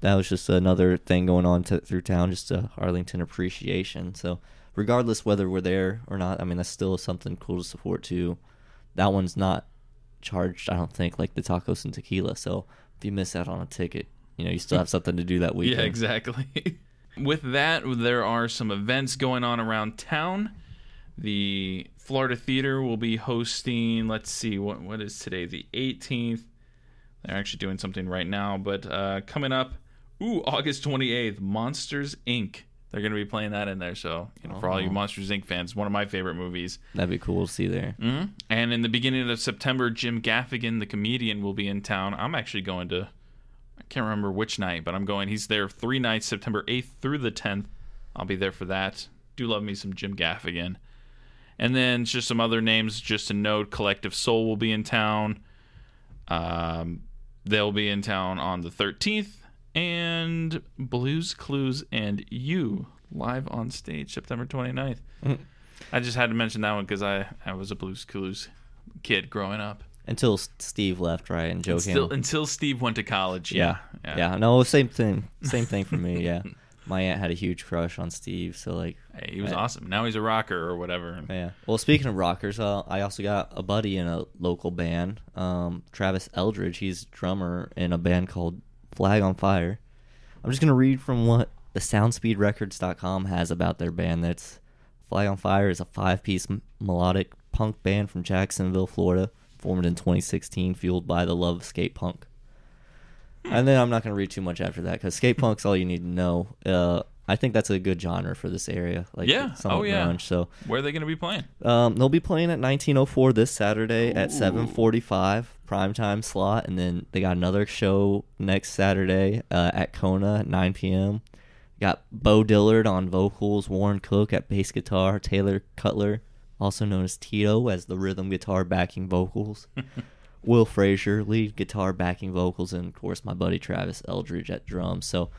S3: that was just another thing going on to, through town, just a Arlington appreciation. So, regardless whether we're there or not, I mean, that's still something cool to support too. That one's not charged, I don't think, like the tacos and tequila. So, if you miss out on a ticket, you know, you still have something to do that
S1: [laughs]
S3: weekend.
S1: Yeah, exactly. [laughs] With that, there are some events going on around town. The Florida Theater will be hosting. Let's see, what what is today? The 18th. They're actually doing something right now, but uh, coming up, ooh, August 28th, Monsters Inc. They're going to be playing that in there. So, you
S3: Oh,
S1: know, for all you Monsters Inc. fans, one of my favorite movies.
S3: That'd be cool to see there.
S1: hmm And in the beginning of September, Jim Gaffigan, the comedian, will be in town. I'm actually going to, I can't remember which night, but I'm going. He's there three nights, September 8th through the 10th. I'll be there for that. Do love me some Jim Gaffigan. And then just some other names, just to note Collective Soul will be in town. Um, they'll be in town on the 13th. And Blues Clues and You live on stage September 29th. I just had to mention that one because I, I was a Blues Clues kid growing up.
S3: until S- Steve left, right? And Joe
S1: Still,
S3: came.
S1: until Steve went to college.
S3: Yeah.
S1: Yeah.
S3: yeah, No, same thing. Same thing
S1: [laughs]
S3: for me. Yeah, my aunt had a huge crush on Steve, so like,
S1: Hey, he was
S3: Yeah.
S1: awesome. Now he's a rocker or whatever.
S3: yeah. Well, speaking of rockers, uh, I also got a buddy in a local band, um, Travis Eldridge. He's drummer in a band called Flag on Fire. I'm just gonna read from what the SoundspeedRecords.com has about their band. That's Flag on Fire is a five-piece m- melodic punk band from Jacksonville, Florida, formed in 2016, fueled by the love of skate punk.
S1: Hmm.
S3: And then I'm not gonna read too much after that because skate punk's all you need to know. Uh, I think that's a good genre for this area. Like
S1: Yeah.
S3: it's somewhat
S1: Oh, yeah.
S3: grunge, so
S1: Where are they going to be playing?
S3: um, they'll be playing at 1904 this Saturday at
S1: Ooh.
S3: 7:45 primetime slot, and then they got another show next Saturday uh, at Kona at 9 p.m. Got Bo Dillard on vocals, Warren Cook at bass guitar, Taylor Cutler, also known as Tito, as the rhythm guitar backing vocals. Will Frazier, lead guitar, backing vocals, and of course my buddy Travis Eldridge at drums. So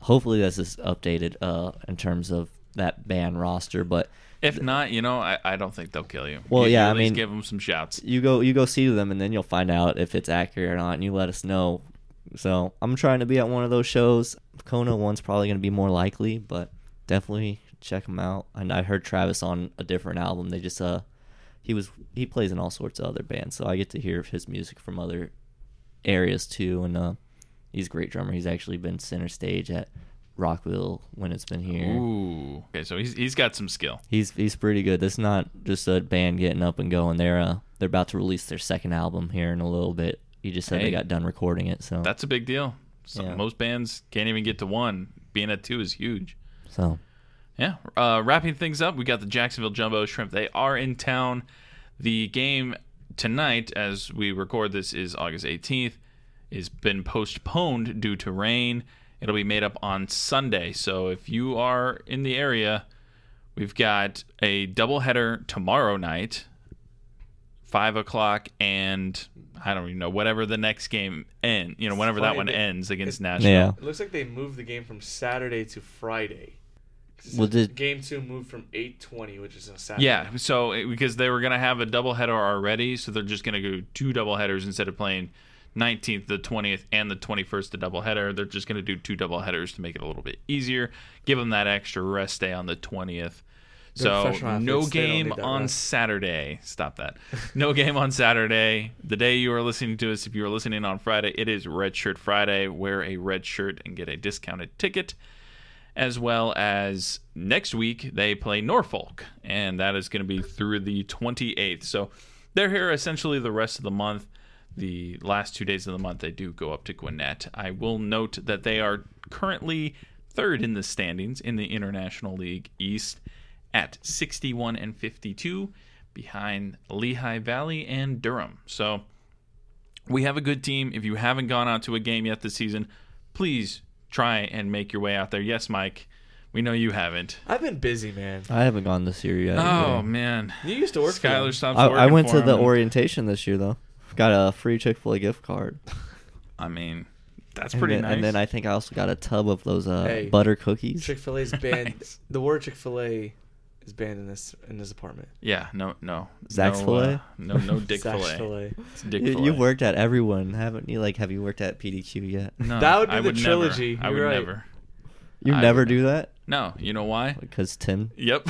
S3: hopefully this is updated uh, in terms of that band roster, but
S1: If not, you know, I, I don't think they'll kill you.
S3: Well,
S1: You- you
S3: yeah,
S1: at
S3: I
S1: least
S3: mean-
S1: give them some shouts.
S3: you go you go see them and then you'll find out if it's accurate or not and you let us know so i'm trying to be at one of those shows kona one's probably going to be more likely but definitely check them out and i heard travis on a different album they just uh he was he plays in all sorts of other bands so i get to hear of his music from other areas too and uh he's a great drummer he's actually been center stage at rockville when it's been here
S1: Ooh. Okay, so he's he's got some skill.
S3: He's he's pretty good. That's not just a band getting up and going. They're uh, they're about to release their second album here in a little bit. He just said they
S1: Hey.
S3: got done recording it, so
S1: That's a big deal. So
S3: Yeah.
S1: Most bands can't even get to one. Being at two is huge.
S3: so
S1: Yeah. Uh, wrapping things up, we got the Jacksonville Jumbo Shrimp. They are in town. The game tonight, as we record this, is August 18th. It's been postponed due to rain. It'll be made up on Sunday. So if you are in the area, we've got a doubleheader tomorrow night, 5 o'clock, and I don't even know, whatever the next game end, you know, whenever that one
S2: Friday.
S1: ends against Nashville.
S3: yeah.
S2: It looks like they moved the game from Saturday to Friday. 'Cause it says
S3: Well, did-
S2: game two moved from eight twenty, which is on Saturday.
S1: Yeah, so it- because they were gonna have a doubleheader already, so they're just gonna go two doubleheaders instead of playing 19th, the 20th, and the 21st a doubleheader. They're just gonna do two doubleheaders to make it a little bit easier. Give them that extra rest day on the 20th. So
S2: professional
S1: no
S2: athletes, they don't
S1: game
S2: need that
S1: on
S2: rest.
S1: Saturday. Stop
S2: [laughs]
S1: that. No game on Saturday. The day you are listening to us, if you are listening on Friday, it is Red Shirt Friday. Wear a red shirt and get a discounted ticket as well as next week they play Norfolk, and that is going to be through the 28th. So they're here essentially the rest of the month. The last two days of the month, they do go up to Gwinnett. I will note that they are currently third in the standings in the International League East at 61 and 52 behind Lehigh Valley and Durham. So we have a good team. If you haven't gone out to a game yet this season, please try and make your way out there. Yes, Mike, we know you haven't.
S2: I've been busy, man.
S3: I haven't gone this year yet.
S1: Oh
S3: either.
S1: man,
S2: You used to work. for them.
S1: Skyler stops
S3: I,
S1: working
S3: I went
S1: for
S3: to the
S1: him.
S3: orientation this year though. Got a free Chick Fil A gift
S1: [laughs]
S3: card.
S1: I mean, that's
S3: And
S1: pretty
S3: then-
S1: nice.
S3: And then I think I also got a tub of those uh,
S2: Hey.
S3: butter cookies.
S2: Chick
S1: [laughs]
S2: Fil A's banned.
S1: Nice.
S2: The word Chick Fil A is banned in this in this apartment.
S1: yeah, no, no,
S3: Zach's
S1: no,
S3: Filet?
S1: uh, no,
S3: [laughs]
S1: no, Dick
S2: Zach's
S1: fillet. It's Dick
S3: you,
S1: fillet.
S3: you've worked at everyone, haven't you? Like, have you worked at PDQ yet?
S1: No,
S2: That would be
S1: I
S2: the
S1: never.
S2: trilogy.
S1: I would
S2: You're right.
S1: never.
S3: [laughs] You
S1: I
S3: never
S1: would
S3: do that
S1: No, you know why?
S3: because Tim,
S1: Yep.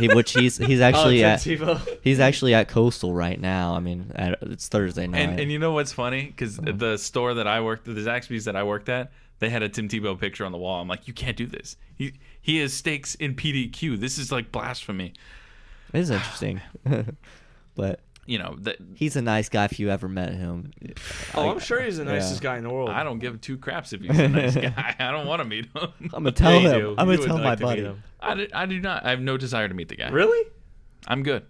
S3: he, which
S1: [laughs]
S2: [laughs]
S3: he's he's actually
S2: oh,
S3: at.
S2: it's Tebow.
S3: He's actually at Coastal right now. I mean, at, it's Thursday night.
S1: And, and you know what's funny? Because
S3: Uh-huh.
S1: the store that I worked, the Zaxby's that I worked at, they had a Tim Tebow picture on the wall. I'm like, you can't do this. He he has stakes in PDQ. This is like blasphemy.
S3: it is interesting, [laughs] but
S1: You know that
S3: he's a nice guy if you ever
S2: [laughs]
S3: met him.
S2: Oh, I'm sure he's the nicest
S3: Yeah.
S2: guy in the world.
S1: I don't give two craps if he's a
S3: [laughs]
S1: nice guy. I don't want to meet him.
S3: I'm gonna tell
S2: Yeah, you
S3: him.
S2: do.
S3: I'm
S2: You
S3: gonna
S2: would
S3: tell
S2: like
S3: my
S2: to meet
S3: buddy.
S2: him.
S1: I do, I do not. I have no desire to meet the guy.
S2: Really?
S1: I'm good.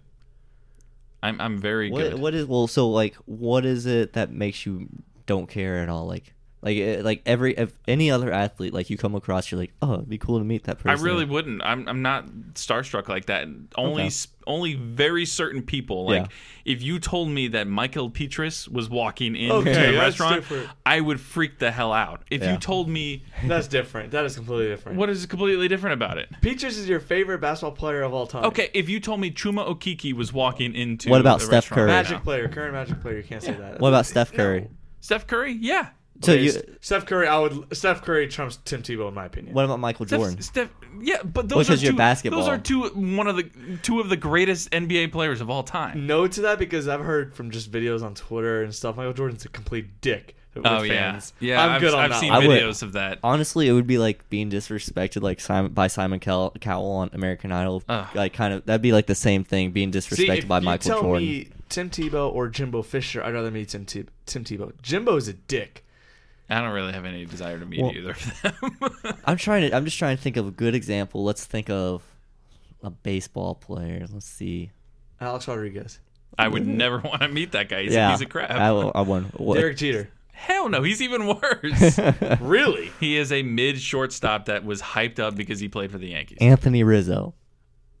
S1: I'm I'm very
S3: What,
S1: good.
S3: what is well? So like, what is it that makes you don't care at all? Like, Like it, like every if any other athlete like you come across, you're like, oh, it'd be cool to meet that
S1: I
S3: person.
S1: really wouldn't. I'm I'm not starstruck like that. Only
S3: Okay.
S1: s- only very certain people. Like if you told me that Michael Petris was walking into
S2: Okay,
S1: a
S2: that's
S1: restaurant,
S2: different.
S1: I would freak the hell out. If
S3: Yeah.
S1: you told me
S2: That's different. That is completely
S1: [laughs]
S2: different.
S1: what is completely different about it.
S2: Peaches is your favorite basketball player of all time.
S1: Okay, if you told me Chuma Okiki was walking into
S3: What
S1: a
S3: about Steph
S1: restaurant
S3: Curry?
S1: right
S2: Magic
S1: now.
S2: player, current Magic player. You can't say that.
S3: What
S2: [laughs]
S3: about Steph Curry?
S1: Steph Curry, yeah.
S3: So
S2: Okay,
S3: you,
S2: S- Steph Curry, I would. Steph Curry trumps Tim Tebow in my opinion.
S3: what about Michael
S1: Steph,
S3: Jordan?
S1: Steph, yeah, but
S3: Well,
S1: those
S3: 'cause
S1: are
S3: you're
S1: two.
S3: basketball.
S1: Those are two one of the two of the greatest NBA players of all time.
S2: no to that because I've heard from just videos on Twitter and stuff. Michael Jordan's a complete dick. with
S1: Oh
S2: fans.
S1: yeah, yeah.
S2: I'm
S1: have
S2: good on
S1: I've
S2: that.
S1: seen
S2: one.
S3: I would-
S1: videos of that.
S3: Honestly, it would be like being disrespected like Simon by Simon Cow- Cowell on American Idol.
S1: Ugh.
S3: Like kind of that'd be like the same thing being
S2: See,
S3: disrespected
S2: if
S3: by
S2: you
S3: Michael
S2: tell
S3: Jordan.
S2: me Tim Tebow or Jimbo Fisher, I'd rather meet Tim, Te- Tim Tebow. Jimbo's a dick.
S1: I don't really have any desire to meet
S3: Well-
S1: either of them. [laughs]
S3: I'm trying to. I'm just trying to think of a good example. Let's think of a baseball player. Let's see.
S2: Alex Rodriguez.
S1: I
S2: Mm.
S1: would never want to meet that guy. He's a piece of crap.
S3: I, will- I won. What? [laughs]
S2: Derek Jeter.
S1: Hell no, he's even
S2: [laughs]
S1: worse.
S2: Really?
S1: he is a mid shortstop that was hyped up because he played for the Yankees.
S3: Anthony Rizzo.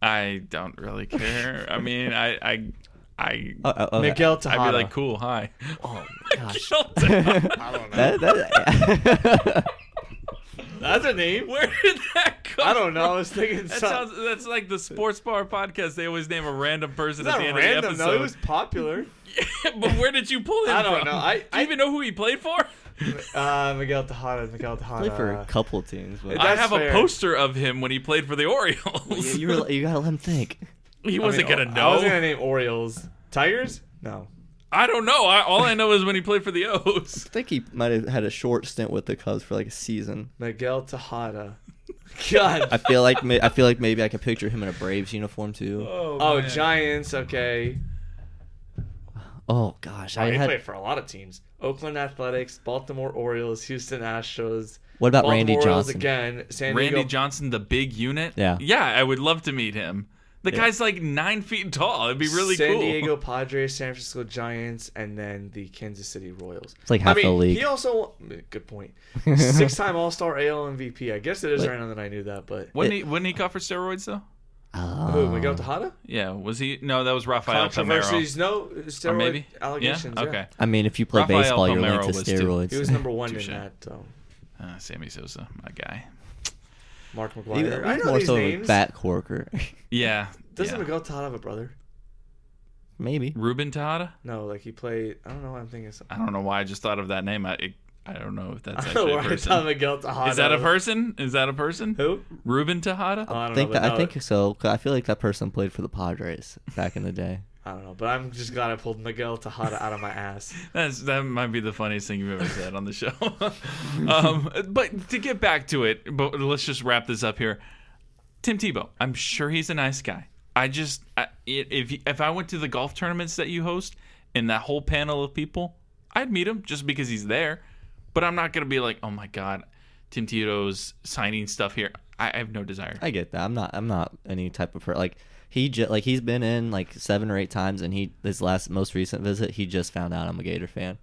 S1: I don't really care. I mean, I, I, I,
S3: Oh, oh, oh,
S2: Miguel
S1: I'd
S2: Uh, Tejada.
S1: be like, cool, hi. [laughs]
S2: oh, gosh. [laughs]
S1: I don't know.
S3: that- that-
S1: [laughs]
S2: That's a name.
S1: Where did that come?
S2: I don't know. I
S1: from?
S2: was thinking
S1: That
S2: some-
S1: sounds. That's like the sports bar podcast. They always name a random person
S2: It's
S1: at
S2: not
S1: the end
S2: random,
S1: of the
S2: though. It was
S1: episode.
S2: popular.
S1: [laughs] but where did you pull him
S2: I don't
S1: from?
S2: know. I-
S1: Do you
S2: I-
S1: even know who he played for?
S2: [laughs]
S1: [laughs]
S2: Uh, Miguel Tejada, Miguel
S3: played for a
S2: Tejada.
S3: couple teams, but
S1: I
S2: That's
S1: have
S2: fair.
S1: a poster of him when he played for the Orioles.
S3: [laughs] you, were, you gotta let him think.
S1: [laughs] he wasn't
S2: I mean,
S1: gonna
S2: I
S1: know.
S2: was gonna name Orioles. Tigers? No.
S1: I don't know. I, all I know is when he played for the O's.
S3: I think he might have had a short stint with the Cubs for like a season.
S2: Miguel Tejada. [laughs] God.
S3: I feel like ma- I feel like maybe I could picture him in a Braves uniform too.
S1: Oh,
S2: oh, Giants. Okay.
S3: Oh gosh,
S2: I
S3: I
S2: he
S3: had.
S2: played for a lot of teams: Oakland Athletics, Baltimore Orioles, Houston Astros.
S3: What about
S2: Baltimore
S3: Randy
S2: Orioles
S3: Johnson?
S2: again? San
S1: Randy
S2: Diego.
S1: Johnson, the big unit.
S3: Yeah.
S1: Yeah, I would love to meet him. The guy's like nine feet tall. It'd be really
S2: San
S1: cool.
S2: Diego Padres, San Francisco Giants, and then the Kansas City Royals.
S3: It's like half
S2: I mean,
S3: the league.
S2: He also good
S3: [laughs]
S2: point. Six-time All-Star AL MVP. I guess it is
S3: Wait.
S2: random that I knew that, but
S1: Wouldn't he? Wouldn't he caught for steroids though?
S2: who
S3: Oh.
S2: Miguel Tejada?
S1: Yeah. Was he? No, that was Rafael Palmeiro.
S2: Controversies, no
S1: Or
S2: steroid
S1: Uh, maybe.
S2: allegations. Yeah,
S1: Yeah. Okay.
S3: I mean, if you play
S1: Rafael
S3: baseball, you're
S1: Palmeiro
S3: linked to
S1: was too.
S3: steroids.
S2: He was number one
S1: Touche.
S2: in that. um, So.
S1: Uh, Sammy Sosa, my guy.
S2: Mark
S3: [laughs] He-
S2: McGuire. I
S3: he's
S2: know
S3: more
S2: these
S3: so of a
S2: names.
S3: bat corker. [laughs]
S1: Yeah.
S2: Doesn't
S1: yeah.
S2: Miguel Tejada have a brother?
S3: maybe.
S1: Ruben Tejada?
S2: No, like he played. I don't know. why I'm thinking. Something.
S1: I don't know why I just thought of that name. I it, I don't know if that's
S2: [laughs] I don't
S1: actually
S2: know
S1: a
S2: where I thought
S1: person.
S2: Miguel Tejada.
S1: Is that a
S2: was-
S1: person? Is that a person?
S2: Who?
S1: Ruben Tejada?
S2: Oh, I don't
S3: think
S2: know.
S3: that,
S2: but
S3: I
S2: no,
S3: think so. 'cause I feel like that person played for the Padres back in the day.
S2: I don't know, but I'm just glad I pulled Miguel Tejada out of my
S3: [laughs]
S2: ass.
S1: That's that might be the funniest thing you've ever said on the show. [laughs] um, but to get back to it, but let's just wrap this up here. Tim Tebow, I'm sure he's a nice guy. I just I, i- if if I went to the golf tournaments that you host and that whole panel of people, I'd meet him just because he's there. But I'm not gonna be like, oh my god, Tim Tebow's signing stuff here. I, I have no desire.
S3: I get that. I'm not. I'm not any type of per- like he ju- like he's been in like seven or eight times, and he his last most recent visit he just found out I'm a Gator fan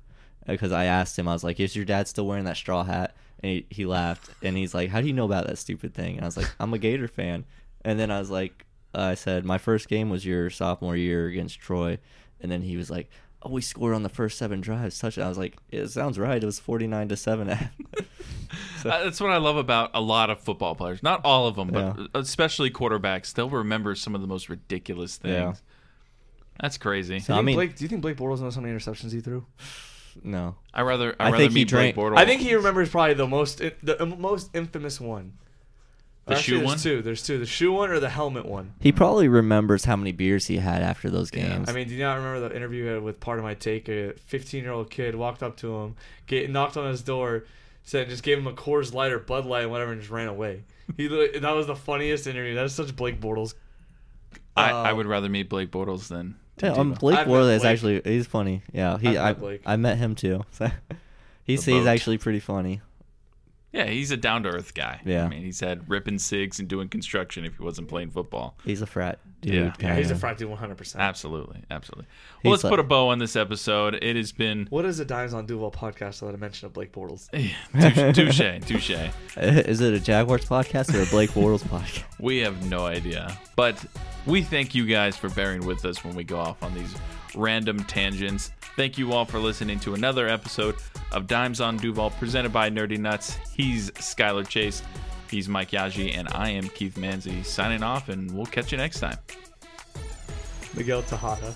S3: because I asked him. I was like, "Is your dad still wearing that straw hat?" And he, he laughed, and he's like, "How do you know about that stupid thing?" And I was like, "I'm a Gator fan," and then I was like, "I said my first game was your sophomore year against Troy," and then he was like. Oh, we scored on the first seven drives. Touch I was like, it sounds right. It was forty nine to seven. [laughs]
S1: Uh, That's what I love about a lot of football players. Not all of them, but
S3: Yeah.
S1: especially quarterbacks. They'll remember some of the most ridiculous things.
S3: Yeah.
S1: That's crazy.
S3: I
S2: Do you think
S3: mean-
S2: Blake, do you think Blake Bortles knows how many interceptions he threw?
S3: no,
S1: I rather I,
S3: I
S1: rather
S3: think he
S1: meet Blake
S3: drank-
S1: Bortles.
S2: I think he remembers probably the most the most infamous one.
S1: The shoe
S2: there's
S1: one?
S2: Two. There's two. The shoe one or the helmet one.
S3: he probably remembers how many beers he had after those
S1: Yeah.
S3: games.
S2: I mean, do you not remember the interview we had with part of my take? A 15 year old kid walked up to him, get, knocked on his door, said just gave him a Coors Light or Bud Light, whatever, and just ran away. He li- that was the funniest interview. That's such Blake Bortles.
S1: I,
S2: uh,
S1: I would rather meet Blake Bortles than Tim
S3: Yeah, um,
S1: Tebow.
S3: Blake
S2: I've met
S3: Worley is
S2: Blake.
S3: actually he's funny. Yeah, he
S2: I've met
S3: I
S2: Blake.
S3: [laughs] I met him too. So he's he's
S1: boat.
S3: actually pretty funny.
S1: Yeah, he's a down to earth guy.
S3: Yeah.
S1: I mean, he's had ripping cigs and doing construction if he wasn't playing football.
S3: He's a frat dude.
S1: Yeah.
S2: Yeah, he's a
S3: kinda.
S2: frat dude 100%.
S1: Absolutely. Absolutely. Well,
S3: He's
S1: let's put a
S3: like-
S1: bow on this episode. It has been
S2: What is a Dimes on Duval podcast without a mention of Blake Bortles?
S1: [sighs] touche, touche, touche.
S3: [laughs] Is it a Jaguars podcast or a Blake Bortles podcast?
S1: We have no idea. But we thank you guys for bearing with us when we go off on these random tangents. Thank you all for listening to another episode of Dimes on Duval presented by Nerdy Nuts. He's Skylar Chase. He's Mike Yaji, and I am Keith Manzi signing off, and we'll catch you next time.
S2: Miguel Tejada.